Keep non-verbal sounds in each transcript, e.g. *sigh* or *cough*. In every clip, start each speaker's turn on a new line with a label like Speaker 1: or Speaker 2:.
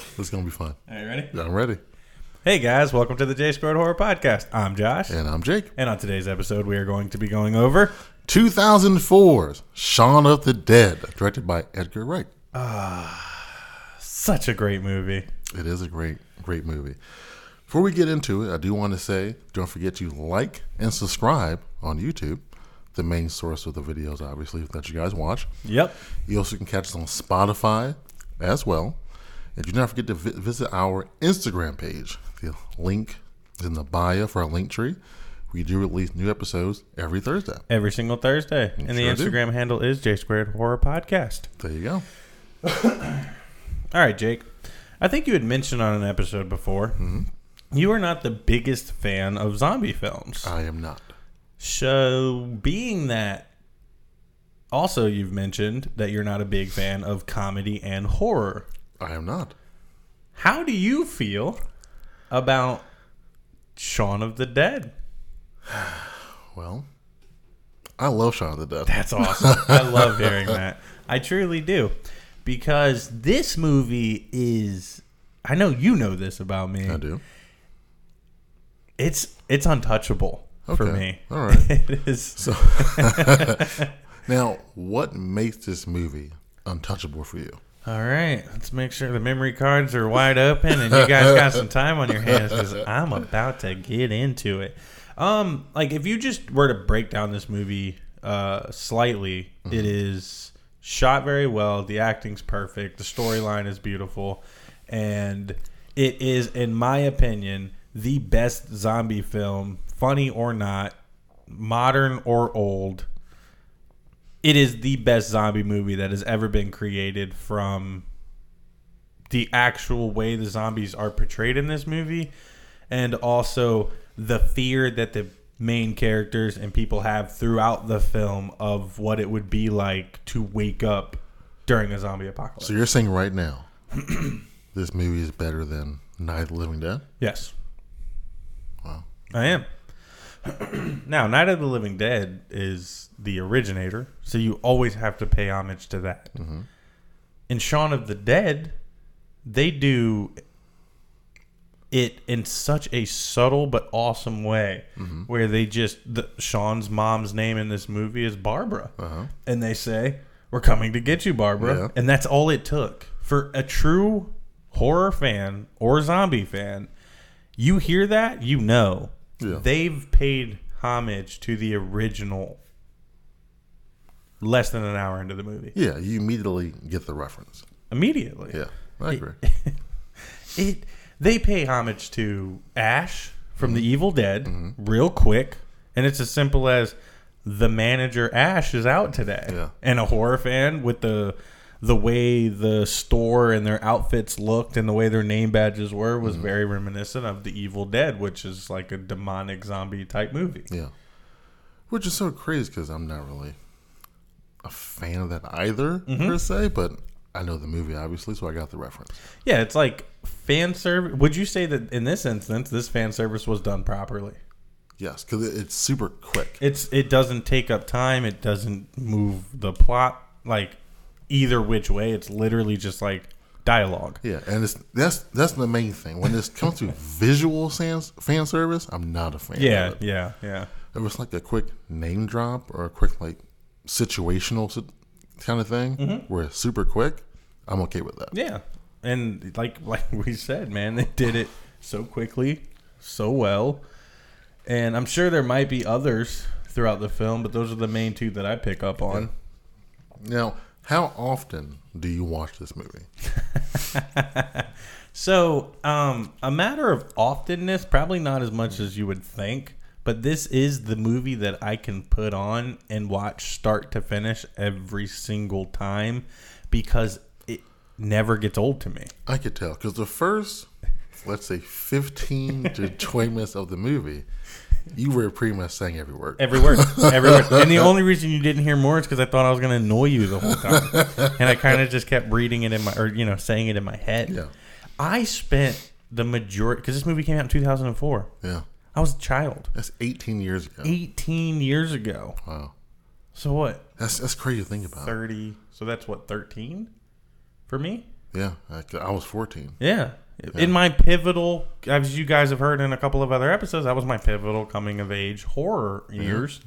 Speaker 1: fun.
Speaker 2: Are you ready?
Speaker 1: I'm ready.
Speaker 2: Hey guys, welcome to the J Squared Horror Podcast. I'm Josh,
Speaker 1: And I'm Jake.
Speaker 2: and on today's episode, we are going to be going over
Speaker 1: 2004's Shaun of the Dead, directed by Edgar Wright.
Speaker 2: such a great movie.
Speaker 1: It is a great, great movie. Before we get into it, I do want to say don't forget to like and subscribe on YouTube, the main source of the videos, obviously, that you guys watch.
Speaker 2: Yep.
Speaker 1: You also can catch us on Spotify as well. And do not forget to vi- visit our Instagram page. The link is in the bio for our link tree. We do release new episodes every Thursday.
Speaker 2: Every single Thursday, and the
Speaker 1: sure do.
Speaker 2: Instagram handle is J Squared Horror Podcast.
Speaker 1: There you go.
Speaker 2: All right, Jake. I think you had mentioned on an episode before
Speaker 1: Mm-hmm.
Speaker 2: you are not the biggest fan of zombie films.
Speaker 1: I am not.
Speaker 2: So, being that, also you've mentioned that you're not a big fan of comedy and horror.
Speaker 1: I am not.
Speaker 2: How do you feel about Shaun of the Dead?
Speaker 1: Well, I love Shaun of the Dead. *laughs*
Speaker 2: That's awesome. I love hearing that. I truly do. Because this movie is I know you know this about me.
Speaker 1: I do.
Speaker 2: It's it's untouchable *laughs* for
Speaker 1: Okay.
Speaker 2: me.
Speaker 1: All right.
Speaker 2: *laughs* it is
Speaker 1: So now, what makes this movie untouchable for you?
Speaker 2: All right, let's make sure the memory cards are wide open and you guys got some time on your hands because I'm about to get into it. Um, like if you just were to break down this movie uh, slightly, it is shot very well. The acting's perfect. The storyline is beautiful, and it is, in my opinion, the best zombie film, funny or not, modern or old, it is the best zombie movie that has ever been created from the actual way the zombies are portrayed in this movie and also the fear that the main characters and people have throughout the film of what it would be like to wake up during a zombie apocalypse.
Speaker 1: So you're saying right now, *clears throat* this movie is better than Night of the Living Dead?
Speaker 2: Yes.
Speaker 1: Wow.
Speaker 2: I am. *clears throat* now, Night of the Living Dead is the originator, so you always have to pay homage to that.
Speaker 1: Mm-hmm.
Speaker 2: In Shaun of the Dead, they do it in such a subtle but awesome way
Speaker 1: Mm-hmm.
Speaker 2: where they just the, Sean's mom's name in this movie is Barbara. And they say, "We're coming to get you, Barbara."
Speaker 1: Uh-huh. Yeah.
Speaker 2: And that's all it took for a true horror fan or zombie fan. You hear that, you know.
Speaker 1: Yeah.
Speaker 2: They've paid homage to the original less than an hour into the movie.
Speaker 1: Yeah, you immediately get the reference.
Speaker 2: Immediately.
Speaker 1: Yeah, I
Speaker 2: *laughs*
Speaker 1: agree.
Speaker 2: it they pay homage to Ash from
Speaker 1: Mm-hmm.
Speaker 2: The Evil Dead real quick, and it's as simple as the manager Ash is out today,
Speaker 1: Yeah.
Speaker 2: and a horror fan with the the way the store and their outfits looked and the way their name badges were
Speaker 1: Mm-hmm.
Speaker 2: was very reminiscent of The Evil Dead, which is like a demonic zombie type movie.
Speaker 1: Yeah. Which is so crazy because I'm not really a fan of that either,
Speaker 2: Mm-hmm.
Speaker 1: per se, but I know the movie, obviously, so I got the reference.
Speaker 2: Yeah, it's like fan service. Would you say that in this instance, this fan service was done properly?
Speaker 1: Yes, because it's super quick.
Speaker 2: it's it doesn't take up time it doesn't move the plot like either which way it's literally just like dialogue
Speaker 1: Yeah, and it's that's that's the main thing. When it comes to visual sans, fan service, I'm not a fan.
Speaker 2: yeah
Speaker 1: of it.
Speaker 2: yeah yeah
Speaker 1: it was like a quick name drop or a quick like situational sit- kind of thing
Speaker 2: Mm-hmm.
Speaker 1: where it's super quick. I'm okay with that.
Speaker 2: yeah and like *laughs* like we said man they did it so quickly so well and i'm sure there might be others throughout the film but those are the main two that i pick up on
Speaker 1: Now, how often do you watch this movie?
Speaker 2: So, um, a matter of oftenness, probably not as much as you would think, but this is the movie that I can put on and watch start to finish every single time because it never gets old to me.
Speaker 1: I could tell because the first, let's say, 15
Speaker 2: *laughs*
Speaker 1: to 20 minutes of the movie, you were pretty much saying every word.
Speaker 2: Every word, *laughs* every word. And the only reason you didn't hear more is because I thought I was going to annoy you the whole *laughs* time, and I kind of just kept reading it in my, or you know, saying it in my head.
Speaker 1: Yeah.
Speaker 2: I spent the majority because this movie came out in two thousand and four.
Speaker 1: yeah,
Speaker 2: I was a child,
Speaker 1: that's 18 years ago.
Speaker 2: eighteen years ago.
Speaker 1: Wow,
Speaker 2: So what?
Speaker 1: that's that's crazy to think about.
Speaker 2: 30 so that's what 13 for me
Speaker 1: Yeah, I, I was 14.
Speaker 2: yeah In my pivotal, as you guys have heard in a couple of other episodes, that was my pivotal coming of age horror years.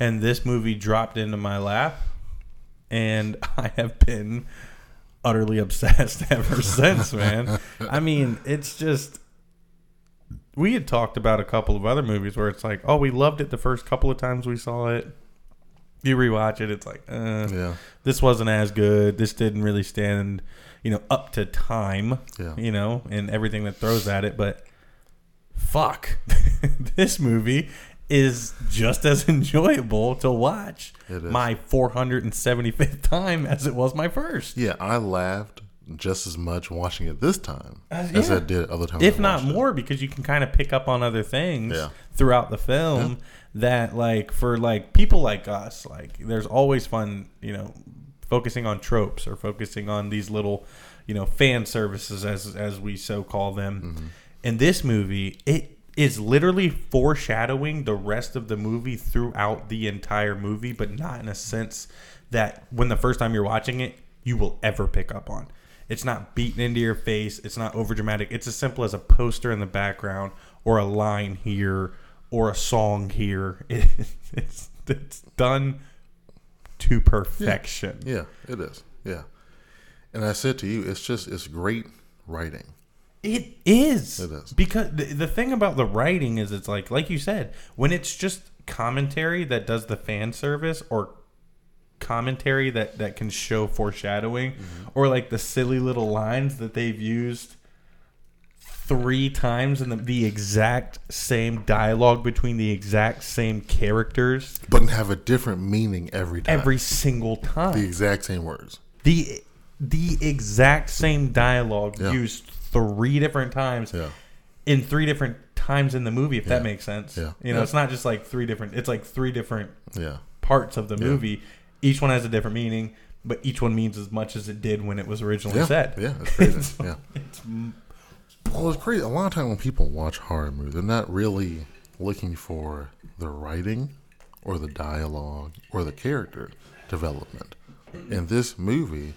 Speaker 2: And this movie dropped into my lap, and *laughs* I have been utterly obsessed *laughs* ever since, man. I mean, it's just. We had talked about a couple of other movies where it's like, oh, we loved it the first couple of times we saw it. You rewatch it, it's like, uh,
Speaker 1: Yeah.
Speaker 2: this wasn't as good. This didn't really stand, you know, up to time.
Speaker 1: Yeah.
Speaker 2: You know, and everything that throws at it, but fuck, *laughs* this movie is just as *laughs* enjoyable to watch
Speaker 1: It is.
Speaker 2: my 475th time as it was my first,
Speaker 1: Yeah, I laughed just as much watching it this time
Speaker 2: As-
Speaker 1: as I
Speaker 2: Uh, yeah.
Speaker 1: did other times.
Speaker 2: if
Speaker 1: I
Speaker 2: not
Speaker 1: watched it.
Speaker 2: more, because you can kind of pick up on other things
Speaker 1: Yeah.
Speaker 2: throughout the film that, like, for like people like us, like, there's always fun, you know, focusing on tropes or focusing on these little, you know, fan services as as we so call them.
Speaker 1: Mm-hmm.
Speaker 2: In this movie, it is literally foreshadowing the rest of the movie throughout the entire movie, but not in a sense that when the first time you're watching it, you will ever pick up on. It's not beaten into your face. It's not over dramatic. It's as simple as a poster in the background or a line here or a song here. *laughs* It, it's, it's done to perfection.
Speaker 1: Yeah, it is. Yeah. And I said to you, it's just it's great writing.
Speaker 2: It is.
Speaker 1: It is.
Speaker 2: Because the, the thing about the writing is it's like like you said, when it's just commentary that does the fan service or commentary that that can show foreshadowing
Speaker 1: Mm-hmm.
Speaker 2: or like the silly little lines that they've used three times in the, the exact same dialogue between the exact same characters
Speaker 1: But have a different meaning every time.
Speaker 2: every single time
Speaker 1: the exact same words.
Speaker 2: the the exact same dialogue
Speaker 1: Yeah.
Speaker 2: used three different times
Speaker 1: Yeah.
Speaker 2: in three different times in the movie if that makes sense
Speaker 1: Yeah.
Speaker 2: you know
Speaker 1: Yeah.
Speaker 2: it's not just like three different it's like three different
Speaker 1: Yeah.
Speaker 2: parts of the movie each one has a different meaning but each one means as much as it did when it was originally
Speaker 1: Yeah.
Speaker 2: said
Speaker 1: Yeah.
Speaker 2: *laughs*
Speaker 1: It's crazy.
Speaker 2: It's-
Speaker 1: yeah.
Speaker 2: it's
Speaker 1: Well, it's crazy. A lot of time when people watch horror movies, they're not really looking for the writing or the dialogue or the character development. In this movie,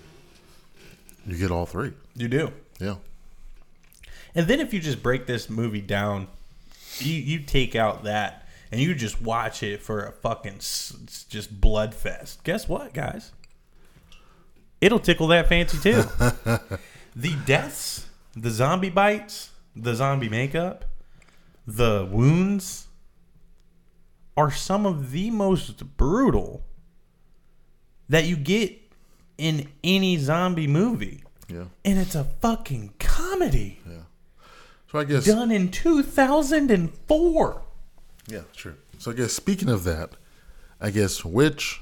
Speaker 1: you get all three.
Speaker 2: you do
Speaker 1: Yeah.
Speaker 2: And then if you just break this movie down, you you take out that and you just watch it for a fucking s- s- just blood fest. Guess what, guys? It'll tickle that fancy too. the deaths, the zombie bites, the zombie makeup, the wounds are some of the most brutal that you get in any zombie movie.
Speaker 1: Yeah.
Speaker 2: And it's a fucking comedy
Speaker 1: So I guess
Speaker 2: done in 2004.
Speaker 1: Yeah, sure. So I guess speaking of that, I guess which,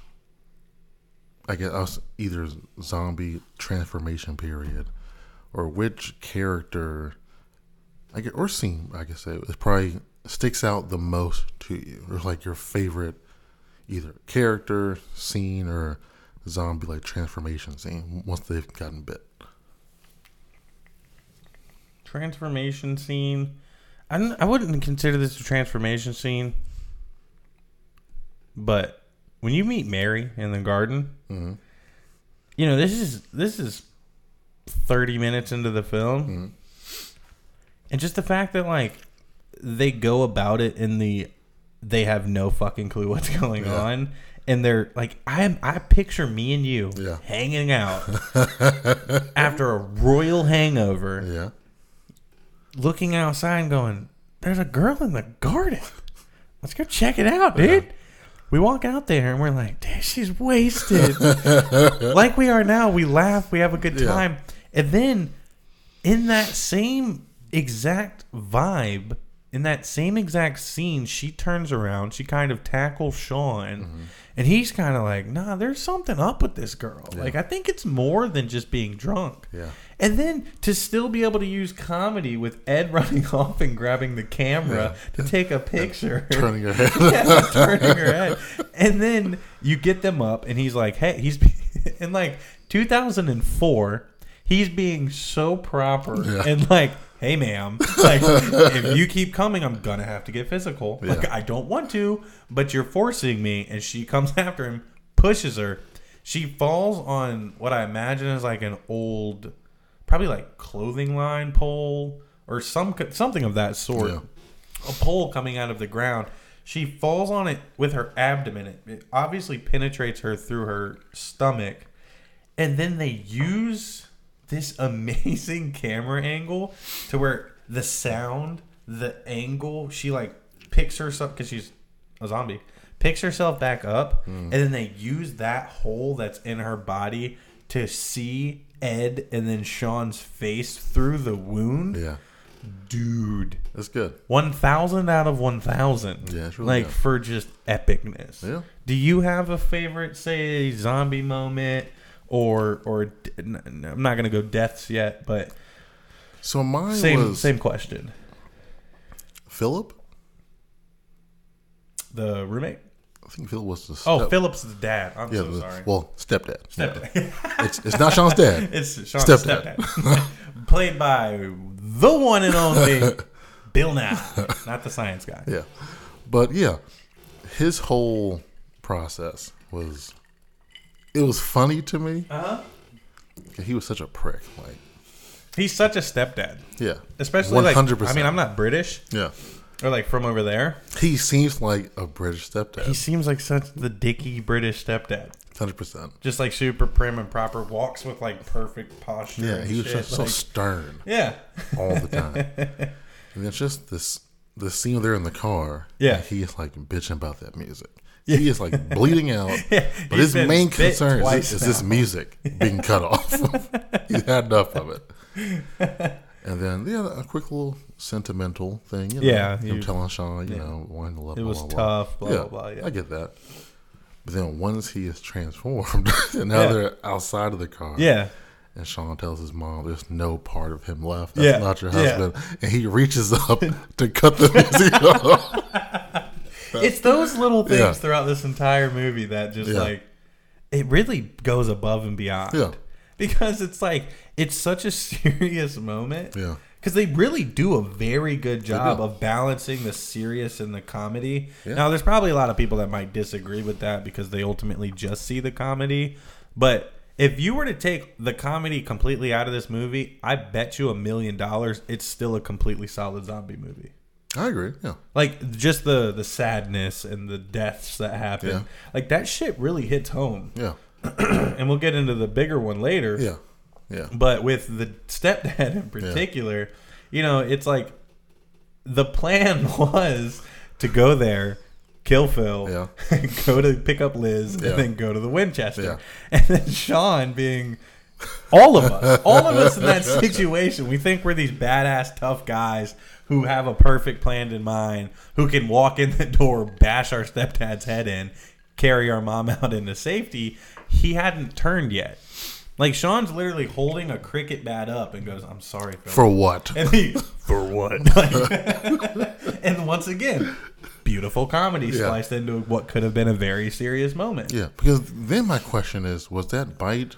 Speaker 1: I guess I was either zombie transformation period, or which character, I guess or scene I guess it, it probably sticks out the most to you, or like your favorite, either character, scene, or zombie like transformation scene once they've gotten bit.
Speaker 2: Transformation scene. I, don't- I wouldn't consider this a transformation scene, but when you meet Mary in the garden,
Speaker 1: Mm-hmm.
Speaker 2: you know this is this is 30 minutes into the film,
Speaker 1: Mm-hmm.
Speaker 2: and just the fact that like they go about it in the they have no fucking clue what's going
Speaker 1: Yeah.
Speaker 2: on. And they're like, I I picture me and you
Speaker 1: Yeah. *laughs*
Speaker 2: hanging out after a royal hangover,
Speaker 1: Yeah,
Speaker 2: looking outside and going, There's a girl in the garden. Let's go check it out, dude. We walk out there and we're like, Damn, she's
Speaker 1: *laughs*
Speaker 2: wasted. like we are now, we laugh, we have a good
Speaker 1: Yeah.
Speaker 2: time. And then in that same exact vibe, in that same exact scene, she turns around, she kind of tackles Sean,
Speaker 1: Mm-hmm.
Speaker 2: and he's kind of like, nah, there's something up with this girl. Like, I think it's more than just being drunk.
Speaker 1: Yeah.
Speaker 2: And then to still be able to use comedy with Ed *laughs* running off and grabbing the camera to take a picture.
Speaker 1: turning your head.
Speaker 2: *laughs* Yeah, turning her head. And then you get them up, and he's like, "Hey, he's *laughs* in like 2004. He's being so proper and like." Hey, ma'am. Like, if you keep coming, I'm gonna have to get physical. Like,
Speaker 1: Yeah.
Speaker 2: I don't want to, but you're forcing me. And she comes *laughs* after him, pushes her. She falls on what I imagine is like an old probably like clothing line pole or some something of that sort.
Speaker 1: Yeah.
Speaker 2: A pole coming out of the ground. She falls on it with her abdomen. It, it obviously penetrates her through her stomach, and then they use this *laughs* amazing camera angle to where the sound, the angle, she like picks herself because she's a zombie, picks herself back up,
Speaker 1: Hmm.
Speaker 2: and then they use that hole that's in her body to see Ed and then Sean's face through the wound.
Speaker 1: Yeah.
Speaker 2: Dude,
Speaker 1: That's good.
Speaker 2: one thousand out of one thousand.
Speaker 1: Yeah, it's really
Speaker 2: like
Speaker 1: good.
Speaker 2: for just epicness.
Speaker 1: Yeah.
Speaker 2: Do you have a favorite, say, zombie moment, or or d- n- n- I'm not gonna go deaths yet, but
Speaker 1: So mine
Speaker 2: same
Speaker 1: was
Speaker 2: same question.
Speaker 1: Philip.
Speaker 2: The roommate.
Speaker 1: I think Philip was the step,
Speaker 2: Oh, Philip's the dad. I'm
Speaker 1: yeah,
Speaker 2: so
Speaker 1: the-
Speaker 2: sorry.
Speaker 1: well, stepdad.
Speaker 2: Stepdad.
Speaker 1: It's, it's not Sean's dad.
Speaker 2: *laughs* it's Sean's
Speaker 1: Stepdad.
Speaker 2: stepdad. *laughs* Played by the one
Speaker 1: *laughs*
Speaker 2: and only Bill Nye, not the science guy.
Speaker 1: Yeah. But yeah, his whole process was it was funny to me.
Speaker 2: Uh-huh.
Speaker 1: He was such a prick. Like,
Speaker 2: He's such a stepdad,
Speaker 1: yeah.
Speaker 2: especially like. I
Speaker 1: 100%.
Speaker 2: mean, I'm not British
Speaker 1: Yeah.
Speaker 2: or like from over there.
Speaker 1: He seems like a British
Speaker 2: He
Speaker 1: stepdad.
Speaker 2: seems like such the dicky British stepdad.
Speaker 1: 100%.
Speaker 2: just like super prim and proper, walks with like perfect posture.
Speaker 1: Yeah, he was
Speaker 2: shit.
Speaker 1: just so
Speaker 2: like-
Speaker 1: stern
Speaker 2: yeah,
Speaker 1: all the time. *laughs* and it's just this the scene there in the car.
Speaker 2: Yeah.
Speaker 1: and He is like bitching about that music. He is like bleeding
Speaker 2: *laughs*
Speaker 1: out. but
Speaker 2: he's
Speaker 1: his
Speaker 2: been
Speaker 1: main
Speaker 2: bit
Speaker 1: concern is,
Speaker 2: twice
Speaker 1: this- is this music
Speaker 2: *laughs*
Speaker 1: being cut off. He's had enough of it. And then yeah, a quick little sentimental thing. You know,
Speaker 2: Yeah,
Speaker 1: him
Speaker 2: you-
Speaker 1: telling Sean, you
Speaker 2: yeah.
Speaker 1: know, wanting to love.
Speaker 2: it
Speaker 1: blah,
Speaker 2: was
Speaker 1: blah, blah.
Speaker 2: tough. Blah blah blah.
Speaker 1: Oh, I
Speaker 2: Yeah,
Speaker 1: get that. But then once he is transformed, *laughs* and now
Speaker 2: Yeah.
Speaker 1: they're outside of the car.
Speaker 2: yeah.
Speaker 1: And Sean tells his mom, "There's no part of him left. That's
Speaker 2: Yeah.
Speaker 1: not your
Speaker 2: Yeah.
Speaker 1: husband." And he reaches
Speaker 2: *laughs*
Speaker 1: up to cut the music *laughs* off.
Speaker 2: It's those little things
Speaker 1: Yeah.
Speaker 2: throughout this entire movie that just
Speaker 1: Yeah.
Speaker 2: like it really goes above and beyond.
Speaker 1: Yeah.
Speaker 2: because it's like it's such a *laughs* serious moment.
Speaker 1: Yeah.
Speaker 2: Because they really do a very good job
Speaker 1: do.
Speaker 2: of balancing the serious and the comedy.
Speaker 1: Yeah.
Speaker 2: Now, there's probably a lot of people that might disagree with that because they ultimately just see the comedy. But if you were to take the comedy completely out of this movie, I bet you a million dollars it's still a completely solid zombie movie.
Speaker 1: I agree. Yeah,
Speaker 2: Like just the the sadness and the deaths that happen.
Speaker 1: Yeah.
Speaker 2: Like that shit really hits home.
Speaker 1: yeah,
Speaker 2: And we'll get into the bigger one later.
Speaker 1: yeah, yeah.
Speaker 2: But with the stepdad in particular, you know, it's like the plan *laughs* was to go there, kill Phil, *laughs* go to pick up Liz,
Speaker 1: Yeah.
Speaker 2: and then go to the Winchester.
Speaker 1: Yeah.
Speaker 2: And then Sean being all of us, all of us in that *laughs* situation, we think we're these badass tough guys who have a perfect plan in mind, who can walk in the door, bash our stepdad's head in, carry our mom out into safety. He hadn't turned yet. Like Sean's literally holding a cricket bat up and goes, "I'm sorry, Phil."
Speaker 1: For what?
Speaker 2: and he,
Speaker 1: *laughs* For what? *laughs*
Speaker 2: and once again, beautiful comedy sliced into what could have been a very serious moment.
Speaker 1: Yeah, because then my question is, was that bite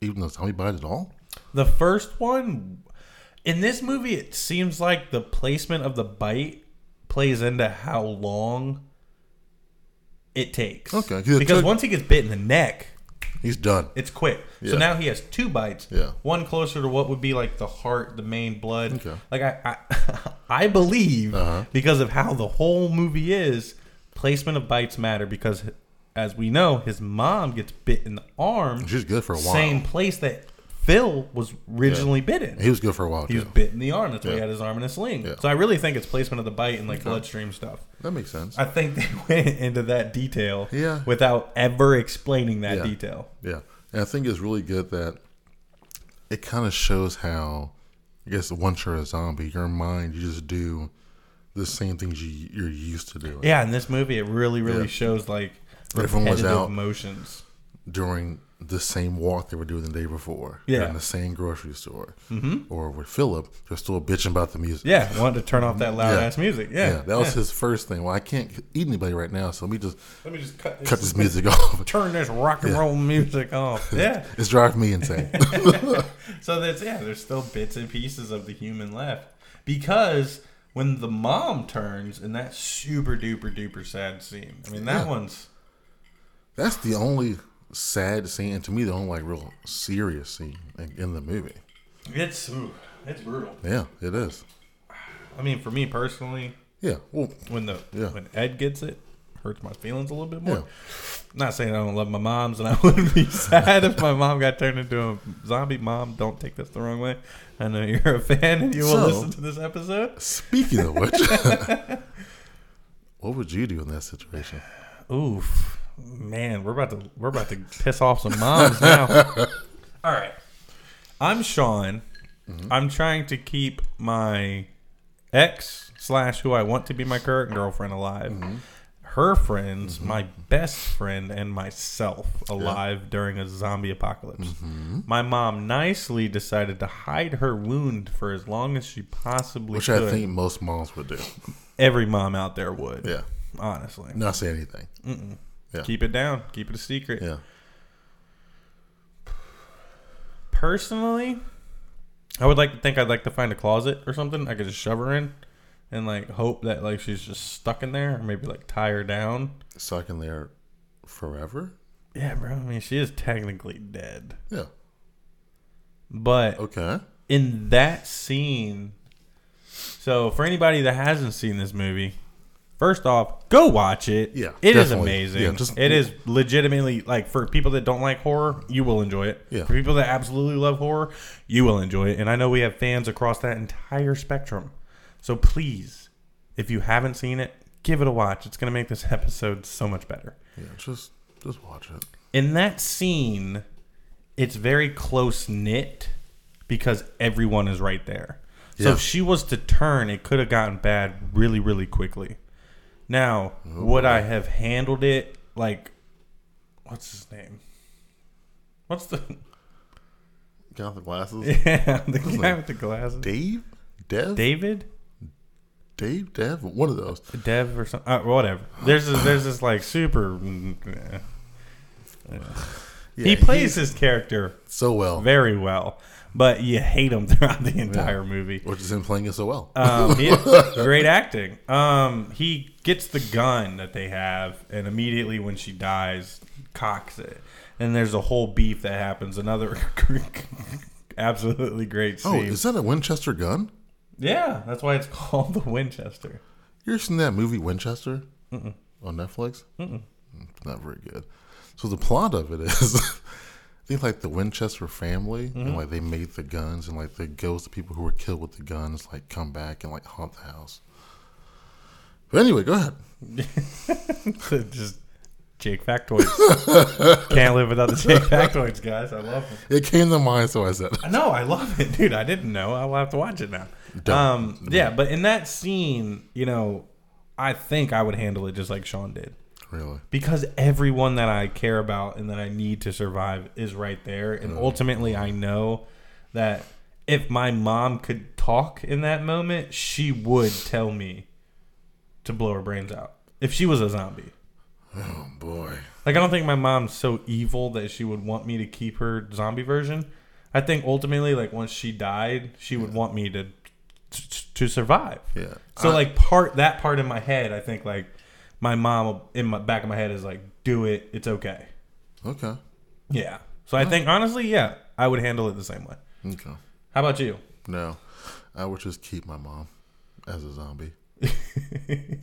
Speaker 1: even a zombie bite at all?
Speaker 2: The first one in this movie, it seems like the placement of the bite plays into how long it takes.
Speaker 1: Okay, 'cause it
Speaker 2: because
Speaker 1: took-
Speaker 2: once he gets bit in the neck,
Speaker 1: He's done.
Speaker 2: it's quick.
Speaker 1: Yeah.
Speaker 2: So now he has two bites.
Speaker 1: Yeah.
Speaker 2: one closer to what would be like the heart, the main blood.
Speaker 1: Okay.
Speaker 2: Like I, *laughs* I, I believe
Speaker 1: Uh-huh.
Speaker 2: because of how the whole movie is, placement of bites matter because. As we know, his mom gets bit in the arm.
Speaker 1: She was good for a while.
Speaker 2: Same place that Phil was originally bitten.
Speaker 1: He was good for a while
Speaker 2: He was
Speaker 1: too.
Speaker 2: bit in the arm. That's why he
Speaker 1: Yeah.
Speaker 2: had his arm in a sling.
Speaker 1: Yeah.
Speaker 2: So I really think it's placement of the bite and like bloodstream stuff.
Speaker 1: That makes sense.
Speaker 2: I think they *laughs* went into that detail
Speaker 1: Yeah.
Speaker 2: without ever explaining that
Speaker 1: Yeah.
Speaker 2: detail.
Speaker 1: yeah, and I think it's really good that it kind of shows how, I guess, once you're a zombie, your mind you just do the same things you you're used to doing.
Speaker 2: Yeah, in this movie, it really, really shows like
Speaker 1: Everyone was
Speaker 2: repetitive
Speaker 1: out.
Speaker 2: motions.
Speaker 1: during the same walk they were doing the day before.
Speaker 2: Yeah.
Speaker 1: They're in the same grocery store. Mm-hmm. Or with Philip, they're still bitching about the music.
Speaker 2: Yeah, wanted to turn off that loud
Speaker 1: Yeah.
Speaker 2: ass music.
Speaker 1: Yeah.
Speaker 2: Yeah,
Speaker 1: that was his first thing. Well, I can't eat anybody right now, so let me just
Speaker 2: Let me just cut this,
Speaker 1: cut this music *laughs* off.
Speaker 2: turn this rock and
Speaker 1: *laughs*
Speaker 2: roll music off. Yeah.
Speaker 1: It's driving me insane.
Speaker 2: So that's yeah, there's still bits and pieces of the human left because when the mom turns and that super duper duper sad scene. I mean that
Speaker 1: Yeah.
Speaker 2: one's
Speaker 1: That's the only sad scene, and to me, the only like real serious scene in, in the movie.
Speaker 2: It's ooh, it's brutal.
Speaker 1: Yeah, it is.
Speaker 2: I mean, for me personally,
Speaker 1: Yeah. Well,
Speaker 2: when the
Speaker 1: Yeah.
Speaker 2: when Ed gets it, hurts my feelings a little bit more.
Speaker 1: yeah.
Speaker 2: Not saying I don't love my moms, and I *laughs*
Speaker 1: *laughs*
Speaker 2: wouldn't be sad if my mom got turned into a zombie mom. Don't take this the wrong way. I know you're a fan, and you will
Speaker 1: So-
Speaker 2: listen to this episode.
Speaker 1: Speaking of which, *laughs* what would you do in that situation?
Speaker 2: Oof, man, we're about to we're about to piss off some moms now. *laughs* All right, I'm Sean. I'm trying to keep my ex slash who I want to be my current girlfriend alive. Her friends, my best friend, and myself alive during a zombie apocalypse. My mom nicely decided to hide her wound for as long as she possibly
Speaker 1: Which
Speaker 2: could.
Speaker 1: I think most moms would do.
Speaker 2: Every mom out there would,
Speaker 1: Yeah.
Speaker 2: honestly.
Speaker 1: Not say anything. Yeah.
Speaker 2: Keep it down. Keep it a secret.
Speaker 1: Yeah.
Speaker 2: personally, I would like to think I'd like to find a closet or something I could just shove her in, and like hope that like she's just stuck in there, or maybe like tie her down.
Speaker 1: Stuck in there forever?
Speaker 2: Yeah, bro. I mean, she is technically dead,
Speaker 1: Yeah.
Speaker 2: but
Speaker 1: Okay.
Speaker 2: in that scene. So for anybody that hasn't seen this movie, first off, go watch it.
Speaker 1: Yeah,
Speaker 2: it is
Speaker 1: definitely.
Speaker 2: amazing.
Speaker 1: Yeah, just-
Speaker 2: it is legitimately like for people that don't like horror, you will enjoy it.
Speaker 1: Yeah.
Speaker 2: For people that absolutely love horror, you will enjoy it. And I know we have fans across that entire spectrum. So please, if you haven't seen it, give it a watch. It's gonna make this *laughs* episode so much better
Speaker 1: Yeah. Just just watch it.
Speaker 2: in that scene, it's very close knit because everyone is right there. So
Speaker 1: Yeah.
Speaker 2: if she was to turn, it could have gotten bad really, really quickly. Now, would I have handled it like what's his name? What's the *laughs*
Speaker 1: Got the glasses.
Speaker 2: yeah the guy with the glasses?
Speaker 1: Dave? Dev?
Speaker 2: David,
Speaker 1: Dave? Dev? One of those.
Speaker 2: Dev, or something? Uh, whatever. There's this, there's this like super. mm, yeah.
Speaker 1: *sighs* Yeah,
Speaker 2: he plays his character
Speaker 1: so well.
Speaker 2: very well, but you hate him *laughs* throughout the entire movie.
Speaker 1: Which is him playing it so well. *laughs*
Speaker 2: Um, yeah, great acting. Um, he gets the gun that they have, and immediately when she dies, cocks it. And there's a whole beef that happens. Another *laughs* absolutely great
Speaker 1: oh,
Speaker 2: scene.
Speaker 1: is that a Winchester gun?
Speaker 2: yeah, that's why it's *laughs* called the Winchester. *laughs*
Speaker 1: You ever seen that movie Winchester on Netflix? It's not very good. So the plot of it *laughs* is, I think like the Winchester family, and like they made the guns, and like the ghosts, of people who were killed with the guns, like come back and like haunt the house. But anyway, go ahead.
Speaker 2: Just Jake Factoids.
Speaker 1: *laughs*
Speaker 2: Can't live without the Jake Factoids, guys. I love them.
Speaker 1: It came to mind, so I said, *laughs*
Speaker 2: No, I love it, *laughs* dude. I didn't know. I will have to watch it now.
Speaker 1: Don't.
Speaker 2: Um, yeah, but in that scene, you know, I think I would handle it just like Sean did
Speaker 1: "Really?
Speaker 2: because everyone that I care about and that I need to survive is right there, and ultimately, I know that if my mom could talk in that moment, she would tell me to blow her brains out if she was a zombie.
Speaker 1: Oh boy,
Speaker 2: Like I don't think my mom's so evil that she would want me to keep her zombie version. I think ultimately, like once she died, she would want me to to survive.
Speaker 1: yeah." Uh,
Speaker 2: So
Speaker 1: I-
Speaker 2: like part that part in my head, I think like my mom in my back of my head is like, do it, it's okay.
Speaker 1: okay,
Speaker 2: Yeah. So I think honestly, yeah, I would handle it the same way.
Speaker 1: okay,
Speaker 2: How about you?
Speaker 1: no, I would just keep my mom as a
Speaker 2: *laughs*
Speaker 1: zombie,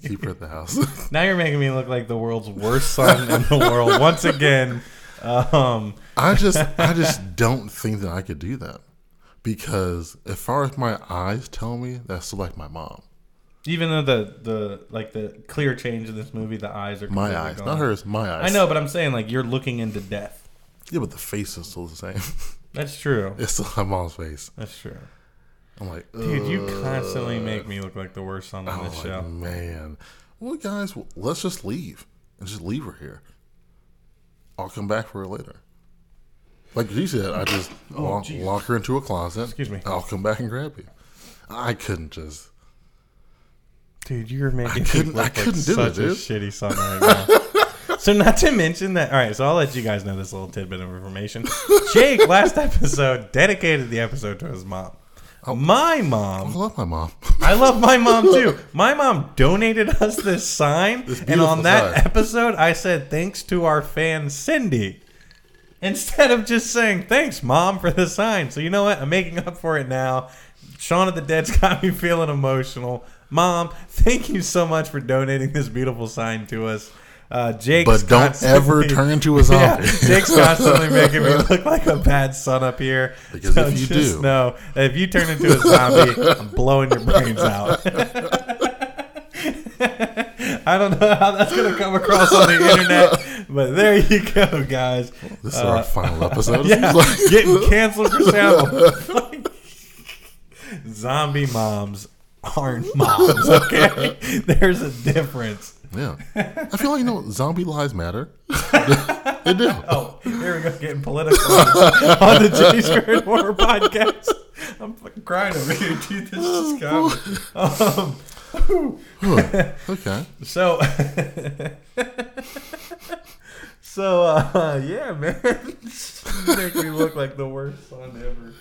Speaker 1: keep her at the house. *laughs*
Speaker 2: Now you're making me look like the world's worst son in the world once again. Um,
Speaker 1: I just I just don't think that I could do that because as far as my eyes tell me, that's like my mom.
Speaker 2: even though the the like the clear change in this movie, the eyes are
Speaker 1: My
Speaker 2: completely
Speaker 1: eyes,
Speaker 2: gone.
Speaker 1: not hers. My
Speaker 2: I
Speaker 1: eyes.
Speaker 2: know, but I'm saying like you're looking into death.
Speaker 1: Yeah, but the face is still the same. *laughs*
Speaker 2: That's true.
Speaker 1: It's still my mom's face.
Speaker 2: That's true.
Speaker 1: I'm like,
Speaker 2: Dude, you
Speaker 1: ugh.
Speaker 2: constantly make me look like the worst son on
Speaker 1: I'm
Speaker 2: this
Speaker 1: like,
Speaker 2: show.
Speaker 1: Oh, man. Well, guys, well, let's just leave and just leave her here. I'll come back for her later. Like you said, I just lock,
Speaker 2: Oh, jeez.
Speaker 1: lock her into a closet.
Speaker 2: Excuse me.
Speaker 1: I'll come back and grab you. I couldn't just.
Speaker 2: Dude, you're making
Speaker 1: couldn't-
Speaker 2: me look
Speaker 1: I couldn't do
Speaker 2: like such
Speaker 1: it,
Speaker 2: a
Speaker 1: dude.
Speaker 2: shitty son
Speaker 1: *laughs*
Speaker 2: right now. so not to mention that. All right, so I'll let you guys know this little tidbit of information.
Speaker 1: *laughs*
Speaker 2: Jake last episode dedicated the episode to his mom.
Speaker 1: Oh.
Speaker 2: My
Speaker 1: I
Speaker 2: mom,
Speaker 1: love my
Speaker 2: *laughs*
Speaker 1: mom.
Speaker 2: I love my
Speaker 1: *laughs*
Speaker 2: mom too. My mom donated us this sign, and
Speaker 1: beautiful
Speaker 2: on that
Speaker 1: sign.
Speaker 2: episode, I said thanks to our fan Cindy. instead of just saying thanks, mom, for the sign. So you know what? I'm making up for it now. Shaun of the Dead's *laughs* got me feeling emotional. Mom, thank you so much for donating this beautiful sign to us. Uh, Jake,
Speaker 1: But
Speaker 2: *laughs*
Speaker 1: don't ever turn to a zombie. *laughs*
Speaker 2: Jake's constantly making me look like a bad son up here.
Speaker 1: Because if you
Speaker 2: just
Speaker 1: do-
Speaker 2: know that if you turn into a zombie, I'm blowing your brains out. *laughs* I don't know how that's going to come across on the internet, but there you go, guys.
Speaker 1: This is
Speaker 2: Uh,
Speaker 1: our final episode. It
Speaker 2: *laughs* yeah,
Speaker 1: seems *laughs* like.
Speaker 2: getting canceled for sound. *laughs* Zombie moms aren't moms, okay? *laughs* There's a difference. *laughs*
Speaker 1: Yeah. I feel like, you know, zombie lives matter. they do.
Speaker 2: Oh, here we go, getting political on the J Squared Horror Podcast. I'm fucking crying over here, dude. This is comedy. Um,
Speaker 1: Okay.
Speaker 2: so, *laughs* so uh, yeah, man, make me look like the worst son ever.